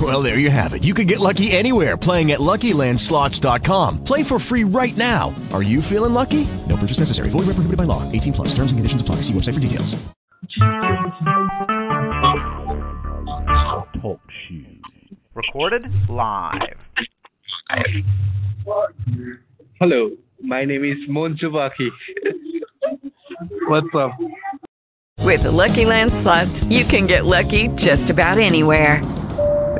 Well, there you have it. You can get lucky anywhere playing at LuckyLandSlots.com. Play for free right now. Are you feeling lucky? No purchase necessary. Void where prohibited by law. 18 plus. Terms and conditions apply. See website for details. Talk shoes. Recorded live. Hello, my name is Monjubaki. What's up? With the Lucky Land slots, you can get lucky just about anywhere.